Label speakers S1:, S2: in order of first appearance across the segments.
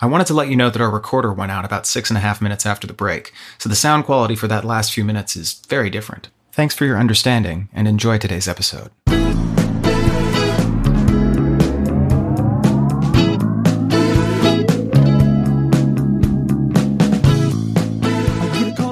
S1: I wanted to let you know that our recorder went out about six and a half minutes after the break, so the sound quality for that last few minutes is very different. Thanks for your understanding and enjoy today's episode.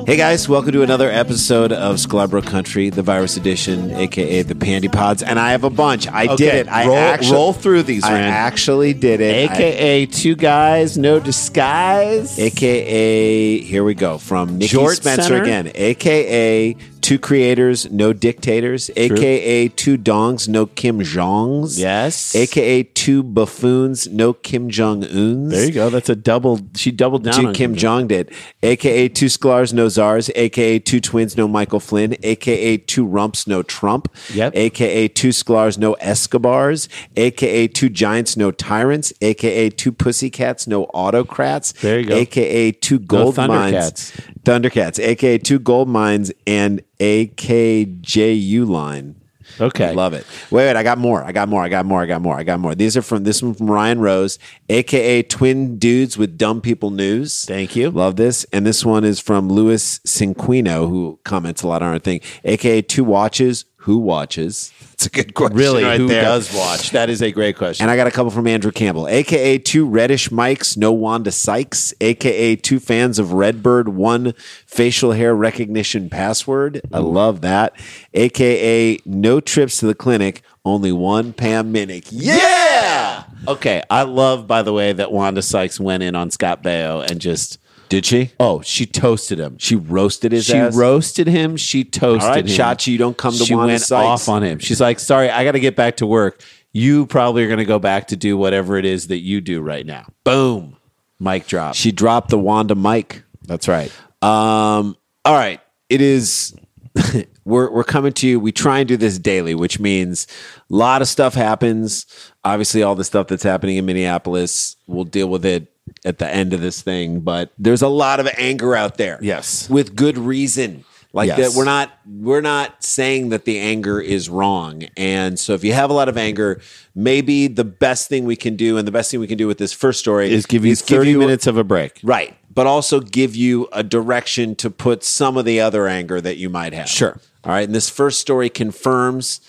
S2: Hey guys, welcome to another episode of Scalabro Country, the virus edition, aka the Pandy Pods. And I have a bunch. I did
S3: Okay,
S2: it. I
S3: roll-
S2: actually,
S3: roll through these,
S2: I
S3: Rand.
S2: actually did it. I-
S4: AKA two guys, no disguise.
S2: AKA, here we go from Nikki
S4: Jort
S2: Spencer
S4: Center.
S2: again. AKA, two creators, no dictators. AKA, two dongs, no Kim Jongs.
S4: Yes.
S2: AKA, two buffoons, no Kim Jong Uns.
S4: There you go. That's a double. She doubled down.
S2: Two
S4: on
S2: Kim Jong did, aka two Sklars, no Czars, aka two twins, no Michael Flynn, aka two rumps, no Trump,
S4: Yep.
S2: aka two Sklars, no Escobars, aka two giants, no tyrants, aka two pussycats, no autocrats,
S4: There you go.
S2: aka two gold mines,
S4: Thundercats.
S2: Thundercats, aka two gold mines, and AKJU line.
S4: Okay.
S2: Love it. Wait, wait, I got more. I got more. I got more. I got more. I got more. These are from this one from Ryan Rose, aka Twin Dudes with Dumb People News.
S4: Thank you.
S2: Love this. And this one is from Louis Cinquino, who comments a lot on our thing, aka Two Watches. Who watches? It's a good question.
S3: Really,
S2: right
S3: who
S2: there.
S3: does watch? That is a great question.
S2: And I got a couple from Andrew Campbell, aka two reddish mics, no Wanda Sykes, aka two fans of Redbird, one facial hair recognition password. I love that. AKA no trips to the clinic, only one Pam Minnick.
S3: yeah. Okay, I love by the way that Wanda Sykes went in on Scott Baio and just
S2: Did she?
S3: oh she toasted him.
S2: She roasted his
S3: She
S2: ass.
S3: roasted him. She toasted
S2: All right,
S3: him.
S2: Chachi, you don't come to
S3: she
S2: Wanda
S3: went
S2: Sykes.
S3: off on him. She's like, sorry, I got to get back to work. You probably are going to go back to do whatever it is that you do right now. Boom, mic drop.
S2: She dropped the Wanda mic.
S3: That's right.
S2: Um, all right. It is. we're we're coming to you. We try and do this daily, which means a lot of stuff happens. Obviously, all the stuff that's happening in Minneapolis, we'll deal with it at the end of this thing. But there's a lot of anger out there.
S3: Yes.
S2: with good reason. Like
S3: Yes.
S2: that, we're not we're not saying that the anger is wrong. And so, if you have a lot of anger, maybe the best thing we can do, and the best thing we can do with this first story
S3: Is give you
S2: give
S3: thirty
S2: you-
S3: minutes of a break.
S2: Right. But also give you a direction to put some of the other anger that you might have.
S3: Sure.
S2: All right. And this first story confirms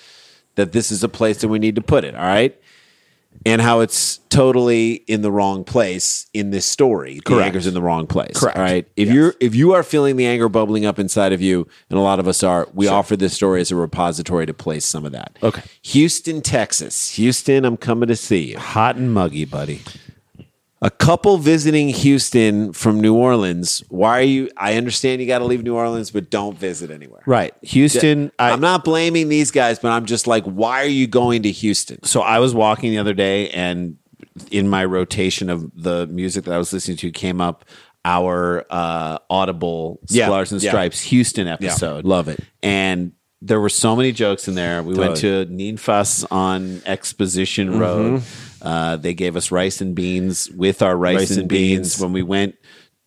S2: that this is a place that we need to put it. All right. And how it's totally in the wrong place in this story. The
S3: Correct.
S2: anger's in the wrong place.
S3: Correct.
S2: All right. If you're if you are feeling the anger bubbling up inside of you, and a lot of us are, we offer this story as a repository to place some of that.
S3: Okay.
S2: Houston, Texas. Houston, I'm coming to see you.
S3: Hot and muggy, buddy.
S2: A couple visiting Houston from New Orleans. Why are you? I understand you got to leave New Orleans, but don't visit anywhere.
S3: Right, Houston.
S2: I, am not blaming these guys, but I'm just like, why are you going to Houston?
S3: so I was walking the other day, and in my rotation of the music that I was listening to came up our uh, Audible
S2: Yeah,
S3: Splars and
S2: yeah.
S3: Stripes Houston
S2: Yeah,
S3: episode.
S2: love it.
S3: and There were so many jokes in there. We went to Ninfas on Exposition
S2: Mm-hmm.
S3: Road. Uh, they gave us rice and beans with our rice, and, beans. when we went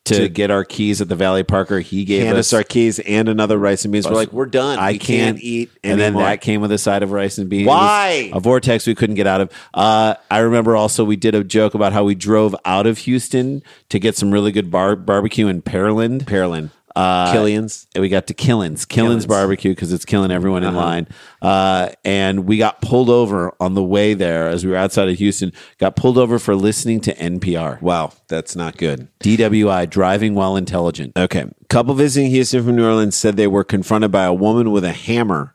S3: to, get our keys at the Valley Parker. He gave
S2: Hand
S3: us
S2: us our keys and another rice and beans. We're like, we're done.
S3: I
S2: We
S3: can't,
S2: eat.
S3: And then
S2: anymore.
S3: that came with a side of rice and beans. It was
S2: Why?
S3: A vortex we couldn't get out of. Uh, I remember also we did a joke about how we drove out of Houston to get some really good bar- barbecue in Pearland.
S2: Pearland,
S3: Uh,
S2: Killian's.
S3: and we got to Killins, Killins,
S2: Killin's.
S3: Barbecue because it's killing everyone in
S2: Uh-huh.
S3: line. Uh, and we got pulled over on the way there as we were outside of Houston. Got pulled over for listening to NPR.
S2: Wow, that's not good.
S3: DWI, driving while intelligent.
S2: Okay. Couple visiting Houston from New Orleans said they were confronted by a woman with a hammer.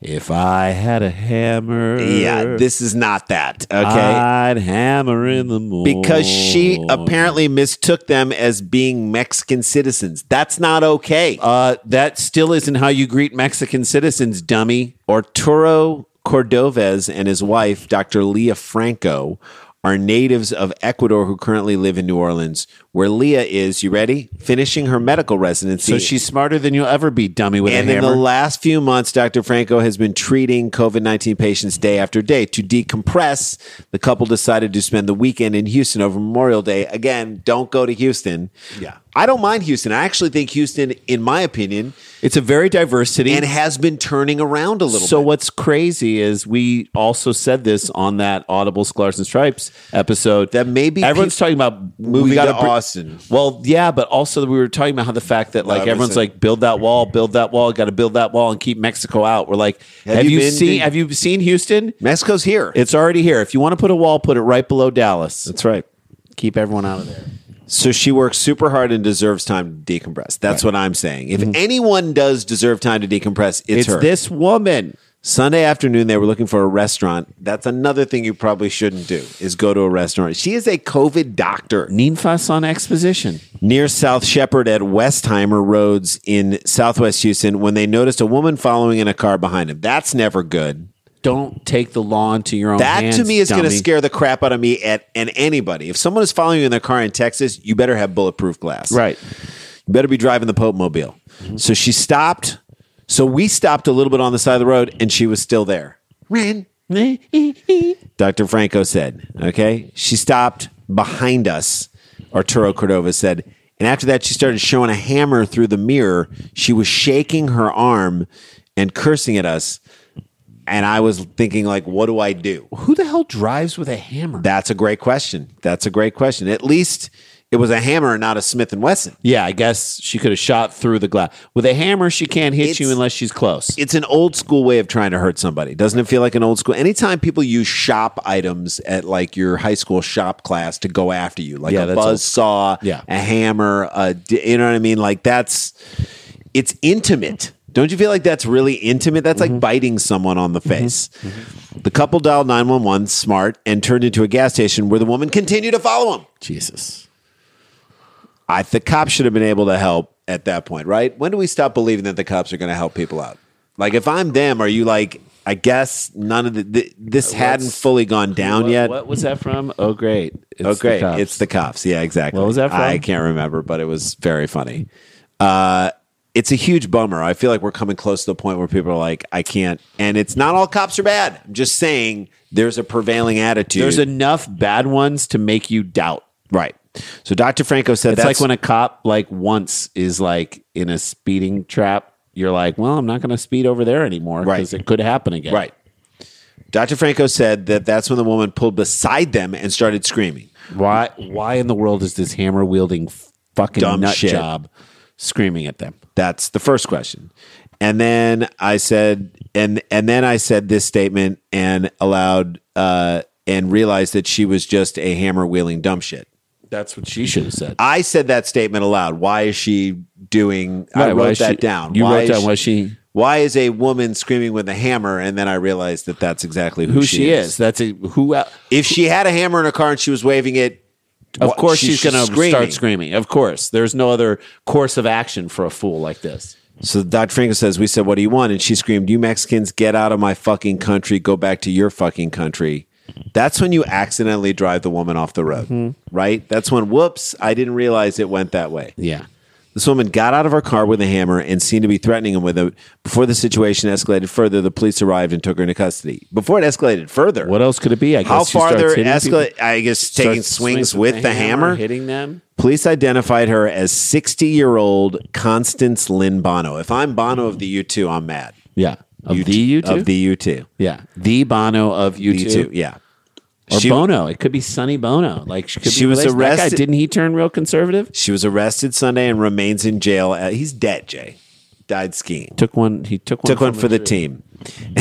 S3: If I had a hammer, Uh.
S2: Yeah, this is not that. Okay.
S3: I'd hammer in the morning
S2: because she apparently mistook them as being Mexican citizens. That's not okay.
S3: Uh, that still isn't how you greet Mexican citizens, dummy.
S2: Arturo Cordovez and his wife, Dr. Leah Franco, are natives of Ecuador who currently live in New Orleans, where Leah is, you ready? Finishing her medical residency.
S3: So she's smarter than you'll ever be, dummy. With
S2: and
S3: a
S2: in the
S3: hammer.
S2: last few months, Dr. Franco has been treating COVID 19 patients day after day. To decompress, the couple decided to spend the weekend in Houston over Memorial Day. Again, don't go to Houston.
S3: Yeah.
S2: I don't mind Houston. I actually think Houston, in my opinion,
S3: it's a very diverse city.
S2: and has been turning around a little
S3: so
S2: bit.
S3: what's crazy is we also said this on that Audible Scars and Stripes episode
S2: That maybe
S3: everyone's
S2: peop-
S3: talking about
S2: moving
S3: we gotta
S2: to
S3: br-
S2: Austin.
S3: Well, yeah, but also we were talking about how the fact that
S2: I
S3: like
S2: was
S3: everyone's
S2: saying-
S3: like build that wall, build that wall, got to build that wall and keep Mexico out. We're like, have,
S2: Have
S3: you,
S2: you been
S3: seen?
S2: to-
S3: have you seen Houston?
S2: Mexico's here.
S3: It's already here. If you want to put a wall, put it right below Dallas. That's
S2: right.
S3: Keep everyone out of there.
S2: So she works super hard and deserves time to decompress. That's what I'm saying. If anyone does deserve time to decompress, it's,
S3: Mm-hmm. It's,
S2: her.
S3: this woman.
S2: Sunday afternoon, they were looking for a restaurant. That's another thing you probably shouldn't do is go to a restaurant. She is a COVID doctor.
S3: Ninfas on exposition.
S2: near South Shepherd at Westheimer Roads in Southwest Houston when they noticed a woman following in a car behind him. That's never good.
S3: Don't take the law into your own
S2: That
S3: hands.
S2: to me is going to
S3: dummy.
S2: scare the crap out of me at and anybody. If someone is following you in their car in Texas, you better have bulletproof glass.
S3: Right. Mm-hmm.
S2: You better be driving the Pope Mobile. So she stopped. So we stopped a little bit on the side of the road, and she was still there. Ren, Dr. Franco said. Okay. She stopped behind us, Arturo Cordova said. And after that, she started showing a hammer through the mirror. She was shaking her arm and cursing at us. And I was thinking, like, what do I do?
S3: Who the hell drives with a hammer?
S2: That's a great question. That's a great question. At least it was a hammer, and not a Smith and Wesson.
S3: yeah, I guess she could have shot through the glass. With a hammer, she can't hit
S2: It's-
S3: you unless she's close.
S2: it's an old school way of trying to hurt somebody. Doesn't it feel like an old school? Anytime people use shop items at like your high school shop class to go after you, like
S3: Yeah,
S2: a
S3: that's old-
S2: buzz saw,
S3: Yeah.
S2: a hammer, a, d- you know what I mean? Like that's it's intimate. Don't you feel like that's really intimate? That's like
S3: Mm-hmm.
S2: biting someone on the face. The couple dialed 911 smart and turned into a gas station where the woman continued to follow him.
S3: Jesus.
S2: I the cops should have been able to help at that point, right? When do we stop believing that the cops are going to help people out? Like if I'm them, are you like? I guess none of the th- this hadn't fully gone down
S3: What,
S2: yet.
S3: what was that from? Oh, great. It's
S2: oh, great!
S3: cops.
S2: it's the cops. Yeah, exactly.
S3: What was that from?
S2: I can't remember, but it was very funny. Uh, it's a huge bummer. I feel like we're coming close to the point where people are like, "I can't," and it's not all cops are bad. I'm just saying there's a prevailing attitude.
S3: There's enough bad ones to make you doubt.
S2: right. So Dr. Franco said
S3: It's
S2: that's
S3: like when a cop, like once, is like in a speeding trap. You're like, well, I'm not going to speed over there anymore because
S2: Right.
S3: it could happen again.
S2: Right. Dr. Franco said that that's when the woman pulled beside them and started screaming.
S3: Why? Why in the world is this hammer wielding fucking
S2: Dumb
S3: nut
S2: shit.
S3: job screaming at them?
S2: That's the first question. And then I said, and and then I said this statement and allowed uh, and realized that she was just a hammer wielding dumb shit.
S3: That's what she should have said.
S2: I said that statement aloud. Why is she doing? I
S3: Right, why
S2: wrote
S3: is
S2: that
S3: she-
S2: down.
S3: you
S2: why
S3: wrote
S2: is
S3: down why she-
S2: Why is a woman screaming with a hammer? And then I realized that that's exactly who,
S3: Who she, is. That's a who. el-
S2: If she had a hammer in her car and she was waving it,
S3: Of
S2: wha-
S3: course,
S2: she-
S3: she's, going to start screaming. Of course, there's no other course of action for a fool like this.
S2: So Dr. Franco says, We said, What do you want? And she screamed, You Mexicans, get out of my fucking country. Go back to your fucking country. That's when you accidentally drive the woman off the road, right? That's when, whoops, I didn't realize it went that way.
S3: Yeah.
S2: The This woman got out of her car with a hammer and seemed to be threatening him with it. Before the situation escalated further, the police arrived and took her into custody. Before it escalated further,
S3: What else could it be? I guess
S2: how
S3: she
S2: far
S3: starts
S2: they're
S3: hitting people-
S2: escalate? I guess taking
S3: starts
S2: swings with, the hammer.
S3: hitting them.
S2: Police identified her as 60 year old Constance Lynn Bono. If I'm Bono of the U2, I'm mad.
S3: Yeah, of
S2: U2
S3: the U2.
S2: Of the U2.
S3: yeah, the Bono of U2.
S2: U2, yeah.
S3: Or
S2: She-
S3: Bono. It could be Sonny Bono. Like she could
S2: She
S3: be
S2: was
S3: related- that guy,
S2: arrested-
S3: didn't he turn real conservative?
S2: She was arrested Sunday and remains in jail. At, he's dead, Jay. Died skiing.
S3: Took one. He took one.
S2: Took one
S3: from
S2: for
S3: a
S2: the
S3: tree.
S2: team.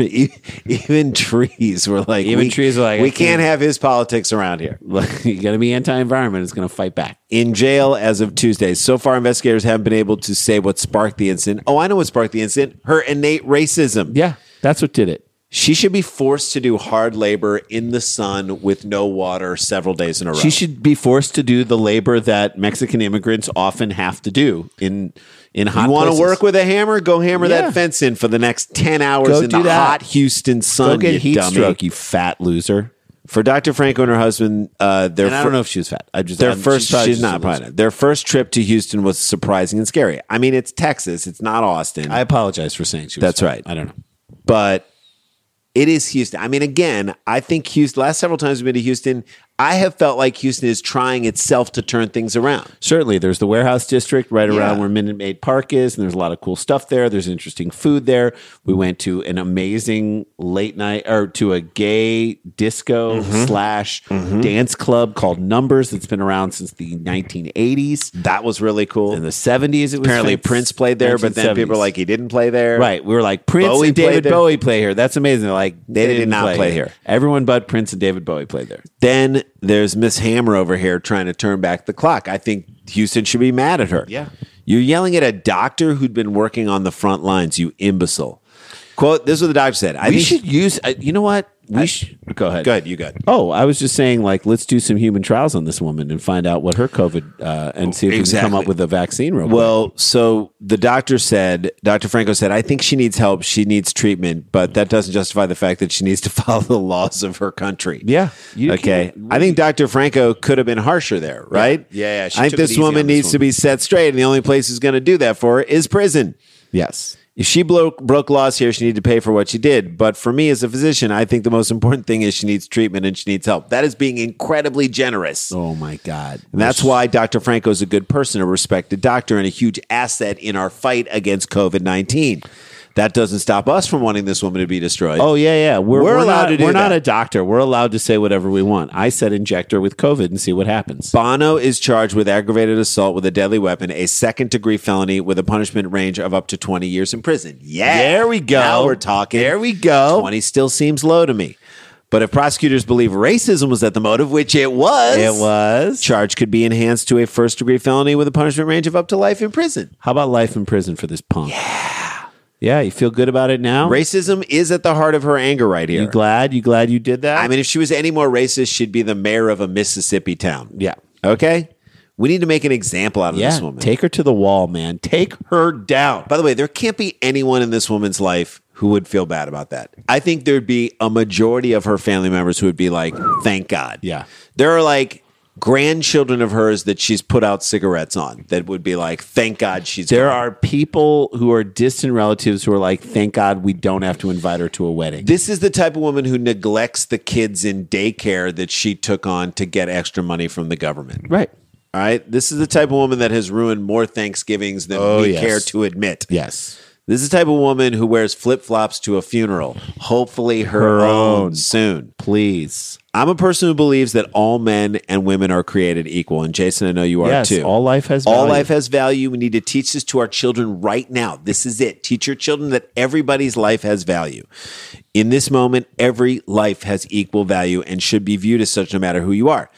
S2: E- Even trees were like,
S3: Even
S2: we-
S3: trees were like, I
S2: we can't
S3: can't-
S2: have his politics around here.
S3: Like, you got to be anti-environment. It's going to fight back.
S2: in jail as of Tuesday. So far, investigators haven't been able to say what sparked the incident. Oh, I know what sparked the incident her innate racism.
S3: Yeah, that's what did it.
S2: She should be forced to do hard labor in the sun with no water several days in a row.
S3: She should be forced to do the labor that Mexican immigrants often have to do in in hot.
S2: you want to
S3: places.
S2: work with a hammer? Go hammer
S3: Yeah.
S2: that fence in for the next 10 hours
S3: Go
S2: in
S3: do
S2: the
S3: that.
S2: hot Houston sun.
S3: Go get
S2: you
S3: heat
S2: dummy.
S3: stroke, you fat loser.
S2: For Dr. Franco and her husband, uh, their
S3: And I
S2: fir-
S3: don't know if she was fat. I just
S2: Their
S3: I'm-
S2: first,
S3: probably
S2: she's
S3: just a
S2: not
S3: loser.
S2: probably not. Their first trip to Houston was surprising and scary. I mean, it's Texas; it's not Austin.
S3: I apologize for saying she. was
S2: That's
S3: fat.
S2: right.
S3: I don't know.
S2: but it is Houston. I mean, again, I think Houston. Last several times we've been to Houston, I have felt like Houston is trying itself to turn things around.
S3: Certainly, there's the warehouse district right around
S2: Yeah.
S3: where Minute Maid Park is, and there's a lot of cool stuff there. There's interesting food there. We went to an amazing late night or to a gay disco
S2: Mm-hmm.
S3: slash dance club called Numbers that's been around since the 1980s.
S2: That was really cool.
S3: In the 70s, it was
S2: Apparently,
S3: fin-
S2: Prince played there, but then
S3: 1970s.
S2: people are like, he didn't play there.
S3: Right, we were like Prince
S2: Bowie
S3: and
S2: played
S3: David
S2: there.
S3: Bowie play here. That's amazing. They're like they,
S2: did
S3: did
S2: not
S3: not play,
S2: play
S3: here.
S2: here.
S3: Everyone but Prince and David Bowie played there.
S2: Then there's Miss Hammer over here trying to turn back the clock. I think Houston should be mad at her.
S3: Yeah.
S2: You're yelling at a doctor who'd been working on the front lines, you imbecile. Quote, this is what the doctor said. I
S3: we
S2: think-
S3: should use. Uh, you know what? We should go ahead.
S2: Go ahead, you go ahead.
S3: Oh, I was just saying, like, let's do some human trials on this woman and find out what her COVID uh, and see if we can
S2: Exactly.
S3: come up with a vaccine. Real quick.
S2: Well, so the doctor said, Dr. Franco said, I think she needs help. She needs treatment, but that doesn't justify the fact that she needs to follow the laws of her country.
S3: Yeah. You
S2: okay.
S3: can't-
S2: I think Dr. Franco could have been harsher there, right?
S3: Yeah, yeah, she
S2: I think
S3: took it
S2: this
S3: easy
S2: woman
S3: on this
S2: needs to
S3: woman.
S2: be set straight, and the only place who's going to do that for her is prison.
S3: yes,
S2: If she broke, broke laws here, she needed to pay for what she did. But for me as a physician, I think the most important thing is she needs treatment and she needs help. That is being incredibly generous.
S3: Oh my God!
S2: And that's why Dr. Franco is a good person, a respected doctor, and a huge asset in our fight against COVID 19. That doesn't stop us from wanting this woman to be destroyed.
S3: Oh yeah, yeah. We're,
S2: We're
S3: we're
S2: allowed
S3: not,
S2: to do
S3: We're not
S2: that.
S3: a doctor. We're allowed to say whatever we want. I said inject her with COVID and see what happens.
S2: Bono is charged with aggravated assault with a deadly weapon, a second degree felony with a punishment range of up to 20 years in prison. Yeah.
S3: There we go.
S2: Now we're talking.
S3: There we go.
S2: 20 still seems low to me. But if prosecutors believe racism was at the motive, which it was,
S3: It was.
S2: charge could be enhanced to a first degree felony with a punishment range of up to life in prison.
S3: How about life in prison for this punk? Yeah. Yeah. You feel good about it now?
S2: Racism is at the heart of her anger right here.
S3: You glad? You glad you did that?
S2: I mean, if she was any more racist, she'd be the mayor of a Mississippi town.
S3: Yeah.
S2: Okay. We need to make an example out of
S3: yeah.
S2: this woman.
S3: Take her to the wall, man. Take her down.
S2: By the way, there can't be anyone in this woman's life who would feel bad about that. I think there'd be a majority of her family members who would be like, thank God.
S3: Yeah.
S2: There are like grandchildren of hers that she's put out cigarettes on that would be like, thank God she's
S3: There
S2: gone."
S3: are people who are distant relatives who are like, thank God we don't have to invite her to a wedding.
S2: This is the type of woman who neglects the kids in daycare that she took on to get extra money from the government.
S3: Right.
S2: All right. This is the type of woman that has ruined more Thanksgivings than
S3: Oh,
S2: we
S3: yes.
S2: care to admit.
S3: Yes.
S2: This is the type of woman who wears flip flops to a funeral, hopefully her,
S3: Her
S2: own.
S3: own.
S2: soon.
S3: Please.
S2: I'm a person who believes that all men and women are created equal. And Jason, I know you are
S3: yes.
S2: too.
S3: All life has
S2: All
S3: value.
S2: life has value. We need to teach this to our children right now. This is it. Teach your children that everybody's life has value. In this moment, every life has equal value and should be viewed as such no matter who you are.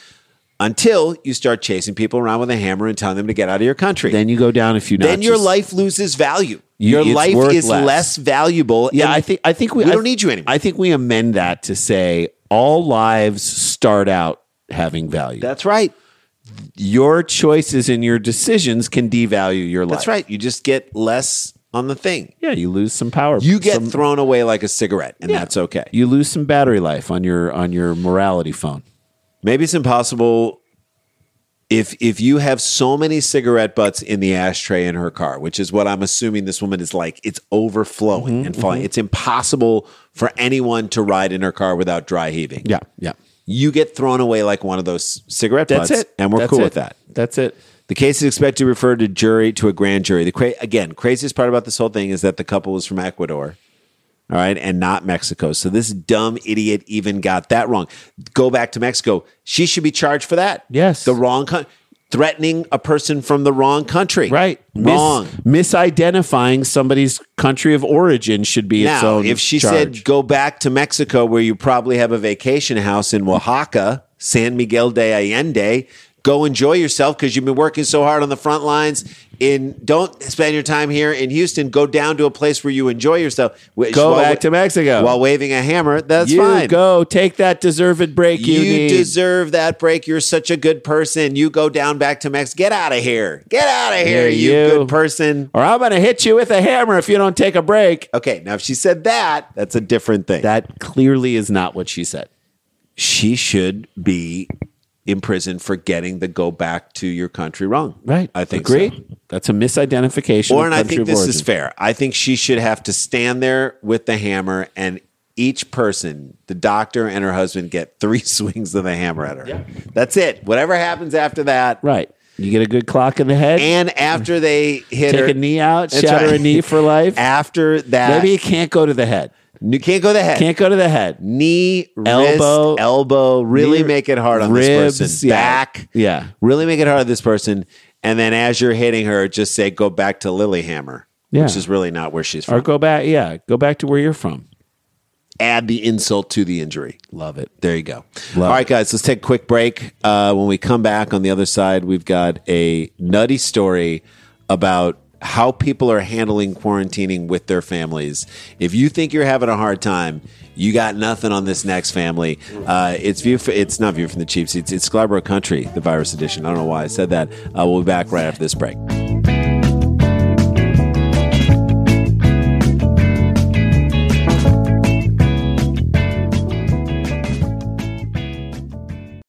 S2: Until you start chasing people around with a hammer and telling them to get out of your country.
S3: Then you go down a few notches.
S2: Then your life loses value.
S3: You-
S2: your
S3: it's
S2: life
S3: worth
S2: is less,
S3: less.
S2: valuable.
S3: Yeah,
S2: and
S3: I think I think we,
S2: we
S3: I-
S2: don't need you anymore.
S3: I think we amend that to say all lives start out having value.
S2: that's right.
S3: your choices and your decisions can devalue your life.
S2: That's right. You just get less on the thing.
S3: Yeah, you lose some power.
S2: You get
S3: some,
S2: thrown away like a cigarette, and
S3: Yeah.
S2: that's okay.
S3: you lose some battery life on your on your morality phone.
S2: Maybe it's impossible if if you have so many cigarette butts in the ashtray in her car, which is what I'm assuming this woman is like, it's overflowing
S3: Mm-hmm,
S2: and falling. It's impossible for anyone to ride in her car without dry heaving.
S3: Yeah, yeah.
S2: You get thrown away like one of those cigarette
S3: That's
S2: butts,
S3: it.
S2: and we're
S3: That's
S2: cool
S3: it.
S2: with that.
S3: That's it.
S2: The case is expected to refer to jury to a grand jury. The cra- again craziest part about this whole thing is that the couple was from Ecuador, all right, and not Mexico. So this dumb idiot even got that wrong. Go back to Mexico. She should be charged for that.
S3: Yes.
S2: the wrong co- threatening a person from the wrong country.
S3: Right.
S2: wrong.
S3: Mis- misidentifying somebody's country of origin should be its
S2: now,
S3: own.
S2: if she
S3: charge.
S2: said go back to Mexico, where you probably have a vacation house in Oaxaca, San Miguel de Allende, go enjoy yourself because you've been working so hard on the front lines. In don't spend your time here in Houston. Go down to a place where you enjoy yourself. Which-
S3: Go
S2: while-
S3: back to Mexico.
S2: while waving a hammer. That's
S3: you
S2: fine.
S3: go take that deserved break you,
S2: You,
S3: need.
S2: deserve that break. You're such a good person. You go down back to Mexico. Get out of here. Get out of here, you,
S3: Yeah, you.
S2: good person.
S3: or I'm going to hit you with a hammer if you don't take a break.
S2: Okay, now if she said that, that's a different thing.
S3: That clearly is not what she said.
S2: she should be in prison for getting the go back to your country wrong. I think
S3: Agreed.
S2: so.
S3: That's a misidentification.
S2: Or
S3: of
S2: and I
S3: country
S2: think
S3: of
S2: this is
S3: origin.
S2: fair. I think she should have to stand there with the hammer and each person, the doctor and her husband, get three swings of the hammer at her. That's it. Whatever happens after that.
S3: Right. You get a good clock in the head.
S2: And after they hit
S3: take
S2: her
S3: a knee out.
S2: That's
S3: shatter
S2: right.
S3: a knee for life.
S2: After that,
S3: Maybe you can't go to the head.
S2: you can't go to the head.
S3: Can't go to the head.
S2: knee, elbow,
S3: Elbow.
S2: wrist, elbow. Really
S3: Knee-
S2: make it hard on
S3: ribs,
S2: this person.
S3: yeah.
S2: Back,
S3: Yeah.
S2: Really make it hard on this person. And then as you're hitting her, just say go back to Lilyhammer,
S3: Yeah.
S2: which is really not where she's from.
S3: Or go back. Yeah. Go back to where you're from.
S2: Add the insult to the injury. Love it. There you go. All
S3: Love
S2: right,
S3: it.
S2: guys, let's take a quick break. Uh, when we come back on the other side, we've got a nutty story about how people are handling quarantining with their families. If you think you're having a hard time, you got nothing on this next family. Uh, it's view. For, it's not view from the cheap seats. It's Scarborough Country, the virus edition. I don't know why I said that. Uh, we'll be back right after this break.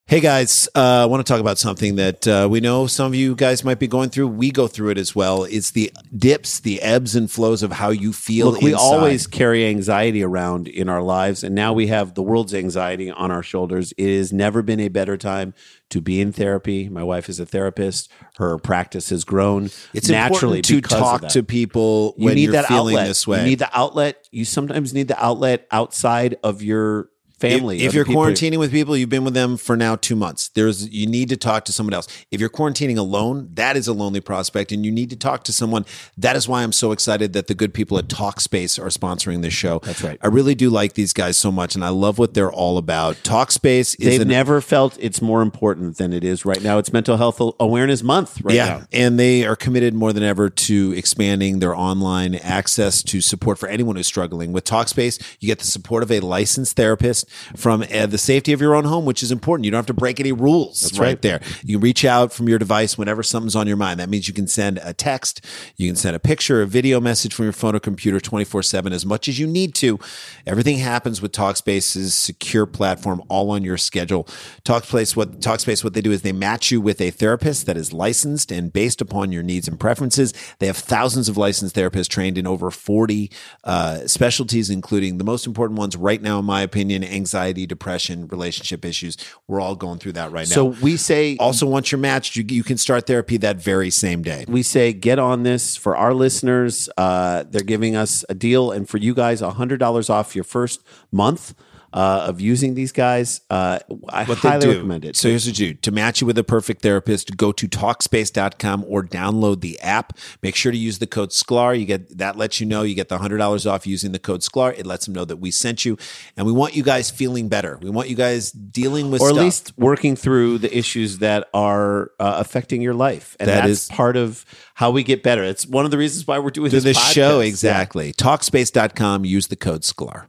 S2: Hey guys, uh, I want to talk about something that uh, we know some of you guys might be going through. We go through it as well. It's the dips, the ebbs and flows of how you feel.
S3: Look, we
S2: inside.
S3: always carry anxiety around in our lives, and now we have the world's anxiety on our shoulders. It has never been a better time to be in therapy. My wife is a therapist; her practice has grown.
S2: it's naturally to
S3: because of
S2: talk
S3: that.
S2: to people
S3: You
S2: when
S3: need
S2: you're
S3: that
S2: feeling
S3: outlet.
S2: this way.
S3: You need the outlet. You sometimes need the outlet outside of your family.
S2: If, if
S3: other
S2: you're
S3: people.
S2: quarantining with people, you've been with them for now two months. There's you need to talk to someone else. If you're quarantining alone, that is a lonely prospect, and you need to talk to someone. That is why I'm so excited that the good people at Talkspace are sponsoring this show. That's
S3: right.
S2: I really do like these guys so much, and I love what they're all about. Talkspace is
S3: they've
S2: an
S3: never felt it's more important than it is right now. It's Mental Health Awareness Month right now.
S2: And they are committed more than ever to expanding their online access to support for anyone who's struggling. With Talkspace, you get the support of a licensed therapist from uh, the safety of your own home, which is important. You don't have to break any rules That's right.
S3: right.
S2: there. You reach out from your device whenever something's on your mind. That means you can send a text, you can send a picture, a video message from your phone or computer 24 7 as much as you need to. Everything happens with Talkspace's secure platform all on your schedule. Talkspace, what Talkspace, what they do is they match you with a therapist that is licensed and based upon your needs and preferences. They have thousands of licensed therapists trained in over 40 uh, specialties, including the most important ones right now, in my opinion, anxiety, depression, relationship issues. We're all going through that right now.
S3: So we say
S2: Also, once you're matched, you, you can start therapy that very same day.
S3: we say get on this for our listeners. Uh, they're giving us a deal, and for you guys, hundred dollars off your first month uh, of using these guys. Uh, I
S2: What they
S3: highly
S2: do.
S3: recommend it.
S2: So here's what you do. To match you with a perfect therapist, go to Talkspace.com or download the app. Make sure to use the code SCLAR. You get that lets you know you get the $100 off using the code SCLAR. It lets them know that we sent you. And we want you guys feeling better. We want you guys dealing with
S3: or at
S2: stuff.
S3: least working through the issues that are uh, affecting your life, and
S2: That
S3: that's
S2: is-
S3: part of how we get better. It's one of the reasons why we're doing
S2: to
S3: this,
S2: this show
S3: podcast.
S2: exactly. Talkspace.com, use the code SCLAR.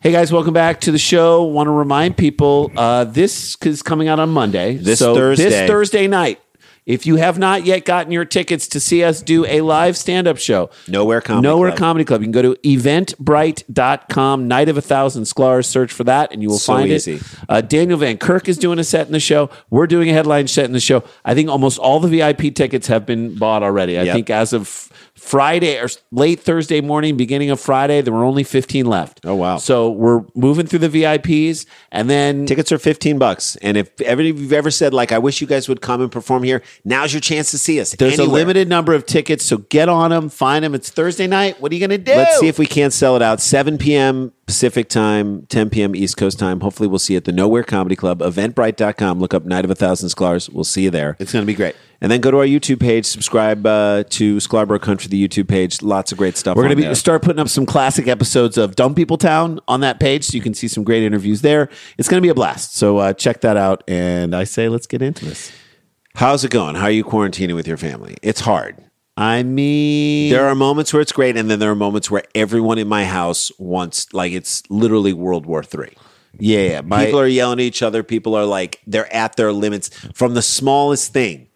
S3: Hey guys, welcome back to the show. Want to remind people uh, this is coming out on Monday.
S2: This
S3: so
S2: Thursday.
S3: This Thursday night, If you have not yet gotten your tickets to see us do a live stand up show,
S2: Nowhere Comedy
S3: Nowhere
S2: Club.
S3: Comedy Club. You can go to eventbrite.com, Night of a Thousand Scholars, search for that, and you will
S2: So
S3: find
S2: easy.
S3: it. Uh, Daniel Van Kirk is doing a set in the show. We're doing a headline set in the show. I think almost all the VIP tickets have been bought already. I
S2: Yep.
S3: think as of Friday or late Thursday morning, beginning of Friday, there were only 15 left.
S2: Oh, wow.
S3: So we're moving through the VIPs and then
S2: Tickets are 15 bucks. And if ever if you've ever said, like, I wish you guys would come and perform here, now's your chance to see us.
S3: there's a
S2: anywhere.
S3: limited number of tickets. So get on them, find them. It's Thursday night. What are you going to do?
S2: Let's see if we can't sell it out. 7 p.m. Pacific time, 10 p.m. East Coast time. Hopefully, we'll see you at the Nowhere Comedy Club, eventbrite.com. Look up Night of a Thousand Scholars. We'll see you there.
S3: It's going to be great.
S2: And then go to our YouTube page, subscribe uh, to Scarborough Country, the YouTube page. Lots of great stuff.
S3: We're
S2: on
S3: going to
S2: there.
S3: be start putting up some classic episodes of Dumb People Town on that page, so you can see some great interviews there. It's going to be a blast. So uh, check that out. And I say, let's get into this.
S2: How's it going? How are you quarantining with your family? It's hard.
S3: I mean,
S2: There are moments where it's great, and then there are moments where everyone in my house wants, like, it's literally World War Three.
S3: yeah, yeah, my,
S2: people are yelling at each other. People are like, they're at their limits from the smallest thing.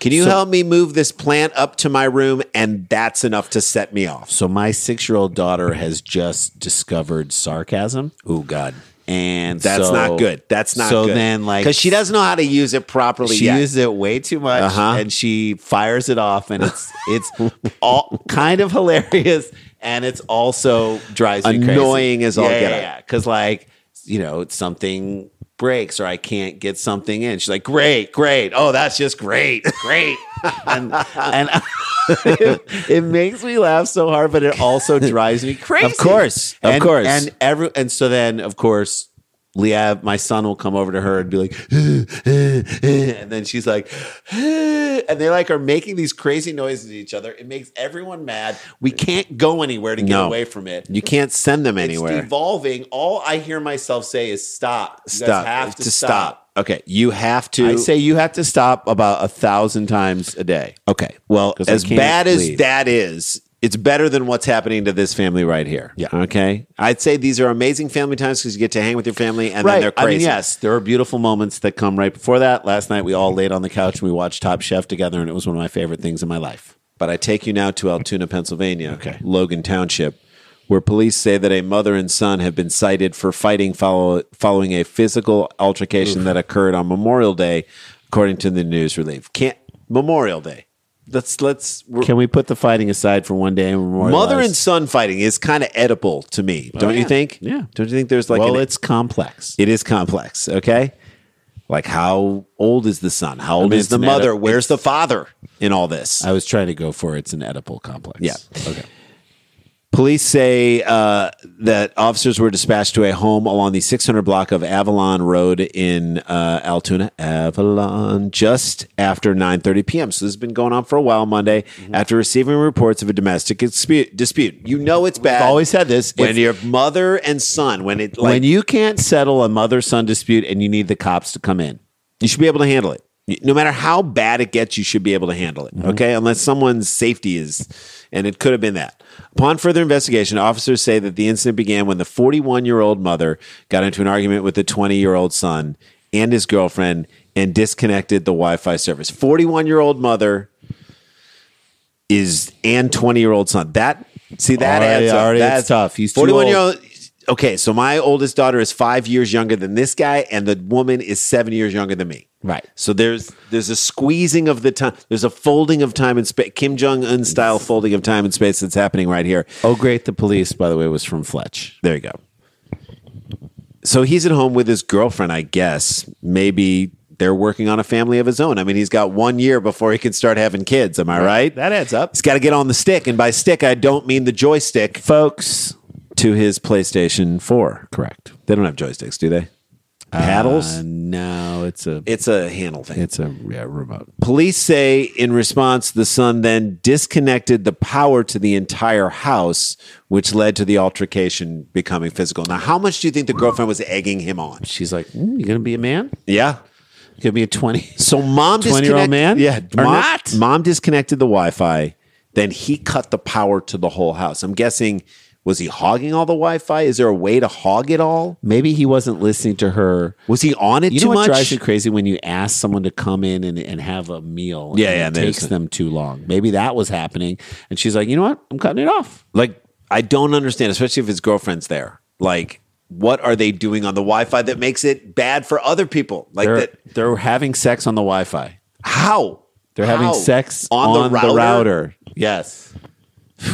S2: Can you
S3: So-
S2: help me move this plant up to my room? And that's enough to set me off.
S3: so my six year old daughter has just discovered sarcasm,
S2: Oh God,
S3: and
S2: that's
S3: so-
S2: not good. That's not
S3: so
S2: good.
S3: then like
S2: because she doesn't know how to use it properly.
S3: She
S2: yet.
S3: uses it way too much,
S2: Uh-huh.
S3: and she fires it off, and it's it's all kind of hilarious, and it's also drives me crazy.
S2: Annoying as all
S3: Yeah,
S2: get out.
S3: yeah, because like you know something breaks or I can't get something in. She's like, great, great, oh that's just great, great, and and. it, it makes me laugh so hard, but it also drives me crazy.
S2: Of course, of
S3: And-
S2: course.
S3: And every and so then of course, Leah, my son will come over to her and be like, and then she's like, and they like are making these crazy noises at each other. It makes everyone mad. We can't go anywhere to get
S2: No.
S3: away from it.
S2: you can't send them
S3: It's
S2: anywhere.
S3: devolving. All I hear myself say is stop. You
S2: stop.
S3: Guys have to,
S2: To
S3: stop.
S2: Okay, you have to.
S3: I say you have to stop about a thousand times a day.
S2: Okay. Well,
S3: 'Cause I
S2: as
S3: can't
S2: bad as
S3: leave.
S2: that is, it's better than what's happening to this family right here.
S3: Yeah.
S2: Okay. I'd say these are amazing family times because you get to hang with your family and then they're crazy.
S3: I mean, yes, there are beautiful moments that come right before that. Last night we all laid on the couch and we watched Top Chef together, and it was one of my favorite things in my life.
S2: But I take you now to Altoona, Pennsylvania,
S3: Okay.
S2: Logan Township, where police say that a mother and son have been cited for fighting follow, following a physical altercation that occurred on Memorial Day, according to the news relief. Can't Memorial Day. Let's let's we're-
S3: Can we put the fighting aside for one day? And memorialize-
S2: mother and son fighting is kind of edible to me, don't you
S3: Oh, yeah.
S2: think?
S3: Yeah.
S2: Don't you think there's like
S3: well,
S2: an
S3: it's complex.
S2: It is complex, okay? Like how old is the son? How old
S3: mean,
S2: is
S3: it's
S2: the
S3: an
S2: mother?
S3: edi-
S2: Where's the father in all this?
S3: I was trying to go for it's an edible complex.
S2: Yeah.
S3: Okay.
S2: Police say uh, that officers were dispatched to a home along the 600 block of Avalon Road in uh, Altoona, Avalon, just after 9:30 p.m. So this has been going on for a while. Monday,
S3: Mm-hmm.
S2: after receiving reports of a domestic dispute, dispute, you know it's bad.
S3: always said this.
S2: when
S3: If-
S2: your mother and son, when it like
S3: when you can't settle a mother son dispute and you need the cops to come in,
S2: You should be able to handle it. You- No matter how bad it gets, you should be able to handle it.
S3: Mm-hmm.
S2: Okay. Unless someone's safety is, and it could have been that. Upon further investigation, officers say that the incident began when the 41 year old mother got into an argument with the 20 year old son and his girlfriend and disconnected the Wi Fi service. 41 year old mother is and 20 year old son. That, see, that
S3: Already-
S2: adds up.
S3: already it's
S2: That's
S3: tough. He's too
S2: 41
S3: old.
S2: year old okay, so my oldest daughter is five years younger than this guy, and the woman is seven years younger than me.
S3: Right.
S2: So there's there's a squeezing of the time. There's a folding of time and space. Kim Jong Un style folding of time and space that's happening right here.
S3: oh great, the police by the way was from Fletch.
S2: There you go. So he's at home with his girlfriend, I guess. Maybe they're working on a family of his own. I mean, he's got one year before he can start having kids. Am I right?
S3: That adds up.
S2: He's got to get on the stick, and by stick, I don't mean the joystick
S3: Folks,
S2: to his PlayStation Four.
S3: correct.
S2: They don't have joysticks, do they? Paddles?
S3: Uh, no, it's a
S2: it's a handle thing.
S3: it's a yeah, remote.
S2: Police say in response, the son then disconnected the power to the entire house, which led to the altercation becoming physical. Now, how much do you think the girlfriend was egging him on?
S3: She's like, mm, "You gonna be a man?
S2: Yeah.
S3: You gonna be a 20?
S2: So mom,
S3: 20-year-old
S2: disconnect-
S3: man?
S2: yeah,
S3: Or
S2: mom,
S3: not?
S2: Mom disconnected the Wi-Fi. Then he cut the power to the whole house. I'm guessing
S3: Was he hogging all the Wi-Fi? Is there a way to hog it all?
S5: Maybe he wasn't listening to her.
S3: Was he on it
S5: You
S3: too
S5: know what
S3: much?
S5: drives you crazy when you ask someone to come in and, and have a meal.
S3: Yeah,
S5: and
S3: yeah,
S5: It
S3: there's
S5: takes
S3: a-
S5: them too long. Maybe that was happening, and she's like, you know what? I'm cutting it off.
S3: like I don't understand, especially if his girlfriend's there. Like, what are they doing on the Wi-Fi that makes it bad for other people? Like
S5: They're,
S3: that?
S5: they're having sex on the Wi-Fi.
S3: How
S5: They're
S3: How?
S5: having sex on, the, router? Yes.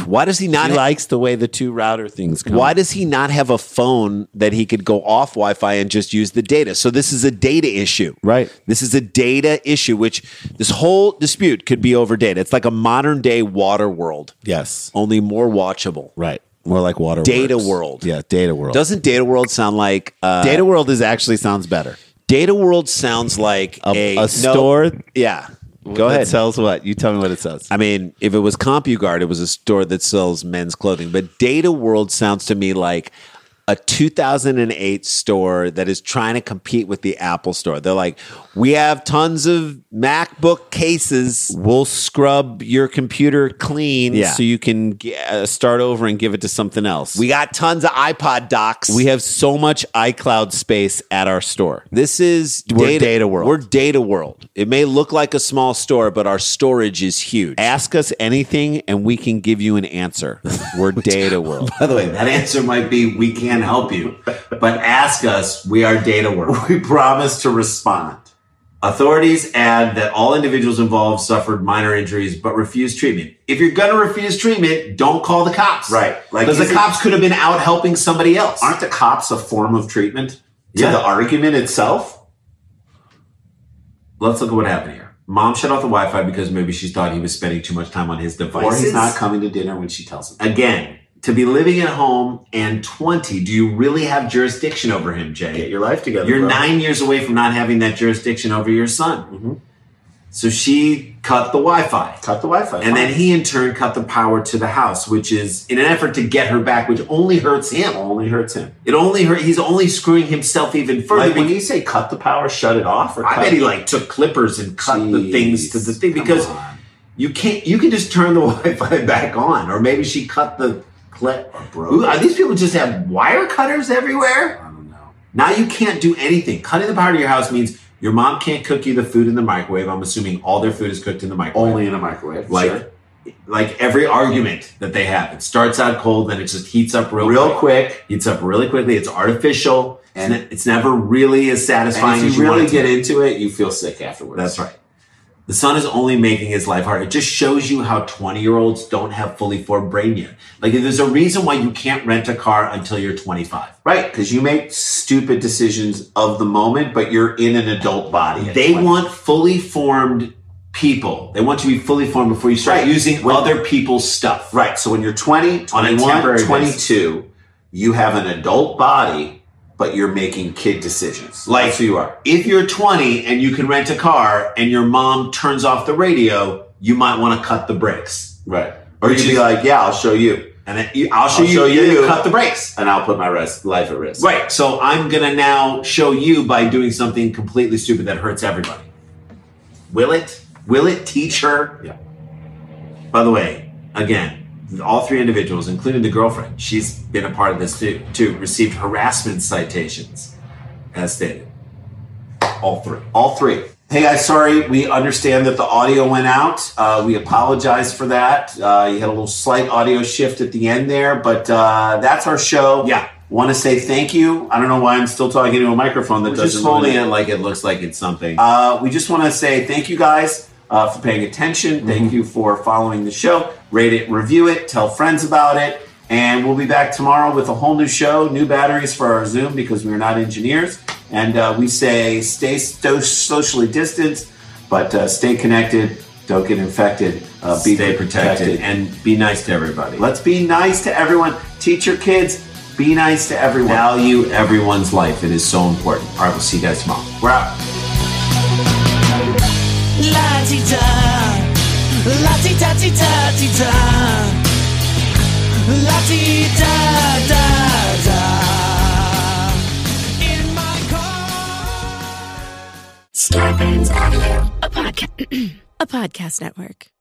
S3: Why does he not?
S5: he
S3: ha-
S5: likes the way the two router things come.
S3: why does he not have a phone that he could go off Wi-Fi and just use the data? So this is a data issue,
S5: Right.
S3: This is a data issue, which this whole dispute could be over data. It's like a modern day water world,
S5: Yes.
S3: only more watchable.
S5: Right. More like water.
S3: Data
S5: works.
S3: world.
S5: Yeah, data world.
S3: Doesn't data world sound like uh,
S5: data world is actually sounds better.
S3: Data World sounds like
S5: A,
S3: a,
S5: a
S3: no,
S5: store.
S3: yeah, go
S5: that
S3: ahead.
S5: Sells what? You tell me what it sells.
S3: I mean, if it was CompuGuard, it was a store that sells men's clothing. But Data World sounds to me like a 2008 store that is trying to compete with the Apple store. They're like, we have tons of MacBook cases.
S5: we'll scrub your computer clean
S3: Yeah.
S5: so you can g- uh, start over and give it to something else.
S3: We got tons of iPod docs.
S5: we have so much iCloud space at our store.
S3: This is
S5: We're Data World.
S3: We're Data World. It may look like a small store, but our storage is huge.
S5: Ask us anything and we can give you an answer. We're data world.
S2: By the way, that answer might be we can't help you, but ask us. We are data work. We promise to respond. Authorities add that all individuals involved suffered minor injuries but refused treatment. If you're going to refuse treatment, don't call the cops.
S6: Right. Like,
S2: Because the
S6: isn't-
S2: cops could have been out helping somebody else.
S6: Aren't the cops a form of treatment to
S2: Yeah.
S6: the argument itself?
S2: Let's look at what happened here. Mom shut off the Wi Fi because maybe she thought he was spending too much time on his
S6: Or
S2: devices.
S6: he's not coming to dinner when she tells him.
S2: Again, to be living at home and 20, do you really have jurisdiction over him, Jay?
S6: Get your life together.
S2: You're
S6: bro.
S2: nine years away from not having that jurisdiction over your son. So she cut the Wi Fi.
S6: Mm-hmm. Cut the Wi Fi.
S2: And then he, in turn, cut the power to the house, which is in an effort to get her back, which only hurts him.
S6: only hurts him.
S2: It only hurt. He's only screwing himself even further.
S6: Like when
S2: because-
S6: you say cut the power, shut it off, or
S2: I
S6: cut
S2: bet he like took clippers and cut the
S6: Jeez,
S2: things to the thing
S6: come
S2: because
S6: on.
S2: you can't. You can just turn the Wi-Fi back on, or maybe she cut the clip.
S6: broke
S2: Ooh,
S6: it.
S2: Are these people just have wire cutters everywhere?
S6: I don't know.
S2: Now you can't do anything. Cutting the power to your house means your mom can't cook you the food in the microwave. I'm assuming all their food is cooked in the microwave.
S6: Only in a microwave.
S2: like
S6: sure.
S2: like every argument that they have, it starts out cold, then it just heats up real
S6: real quick.
S2: Heats up really quickly. It's artificial, and
S6: And-
S2: it's, ne- it's never really as satisfying
S6: And if
S2: as
S6: you
S2: want
S6: really
S2: it to
S6: get
S2: be.
S6: into it, you feel sick afterwards.
S2: That's right. The sun is only making his life harder. It just shows you how 20 year olds don't have fully formed brain yet. Like, there's a reason why you can't rent a car until you're 25.
S6: Right, because you make stupid decisions of the moment, but you're in an adult body. at
S2: They
S6: 20.
S2: want fully formed people. They want to be fully formed before you start
S6: Right.
S2: using
S6: When-
S2: other people's stuff.
S6: Right. So when you're 20,
S2: On a
S6: 21,
S2: temporary
S6: 22, you have an adult body, but you're making kid decisions.
S2: Like-
S6: That's who you are.
S2: If you're 20 and you can rent a car and your mom turns off the radio, you might want to cut the brakes.
S6: Right. Or
S2: Which
S6: you'd be
S2: is-
S6: like, yeah, I'll show you.
S2: And then you- I'll show
S6: I'll
S2: you,
S6: show
S2: and then
S6: you.
S2: cut the brakes.
S6: And I'll put my res- life at risk.
S2: Right. So I'm going to now show you by doing something completely stupid that hurts everybody. Will it? Will it teach her?
S6: Yeah.
S2: By the way, again, all three individuals, including the girlfriend, she's been a part of this too, too received harassment citations, as stated. All three.
S6: All three. Hey guys, sorry. We understand that the audio went out. Uh, we apologize for that. Uh, you had a little slight audio shift at the end there, but uh, that's our show.
S2: Yeah.
S6: Want to say thank you. I don't know why I'm still talking to a microphone that
S2: We're
S6: doesn't.
S2: just holding
S6: really-
S2: it like it looks like it's something.
S6: Uh, we just want to say thank you guys uh, for paying attention. Thank you for following the show. Rate it, review it, tell friends about it. And we'll be back tomorrow with a whole new show, new batteries for our Zoom because we're not engineers. And uh, we say stay sto- socially distanced, but uh, stay connected. Don't get infected. Uh, be
S2: Stay protected and be nice to everybody.
S6: Let's be nice to everyone. Teach your kids. Be nice to everyone.
S2: value everyone's life. It is so important. All right, we'll see you guys tomorrow.
S6: We're out.
S7: La-ti-da, la-ti-da-ti-da-ti-da, la-ti-da-da-da. In my car.
S8: Scorpions Audio.
S9: a podcast network.